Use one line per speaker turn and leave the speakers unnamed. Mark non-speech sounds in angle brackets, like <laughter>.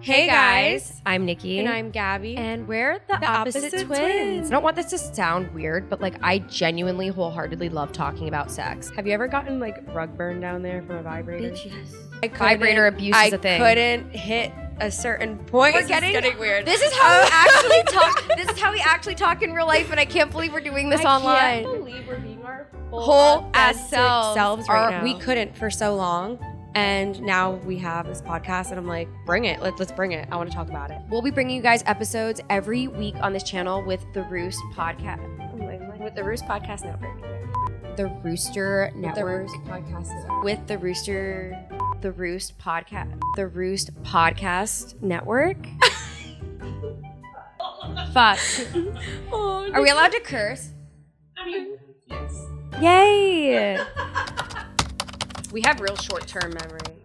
Hey guys,
I'm Nikki.
and I'm Gabby.
And we're the,
The
opposite,
opposite
twins.
twins.
I don't want this to sound weird, but like I genuinely wholeheartedly love talking about sex.
Have you ever gotten like rug burn down there from a vibrator?
I
Vibrator
couldn't-
abuse
I
is a thing.
couldn't hit a certain point.
We're
This is
getting- <laughs>
weird.
This is
<laughs>
how we actually talk. This is how we actually talk in real life, and I can't believe we're doing this
I can't
online.
believe we're being our
whole ass
authentic
selves,
right
are-
now.
We couldn't for so long, and now we have this podcast, and I'm like, bring it. Let's let's bring it. I want to talk about it.
We'll be bringing you guys episodes every week on this channel with the Roost Podcast,
With the Roost Podcast Network.
the Rooster
With the
Network,
Roost Podcast Network.
with the Rooster, the Roost Podcast, the Roost Podcast Network. Fuck. <laughs> Are we allowed to curse? I mean, yes. Yay!
We have real short term memory.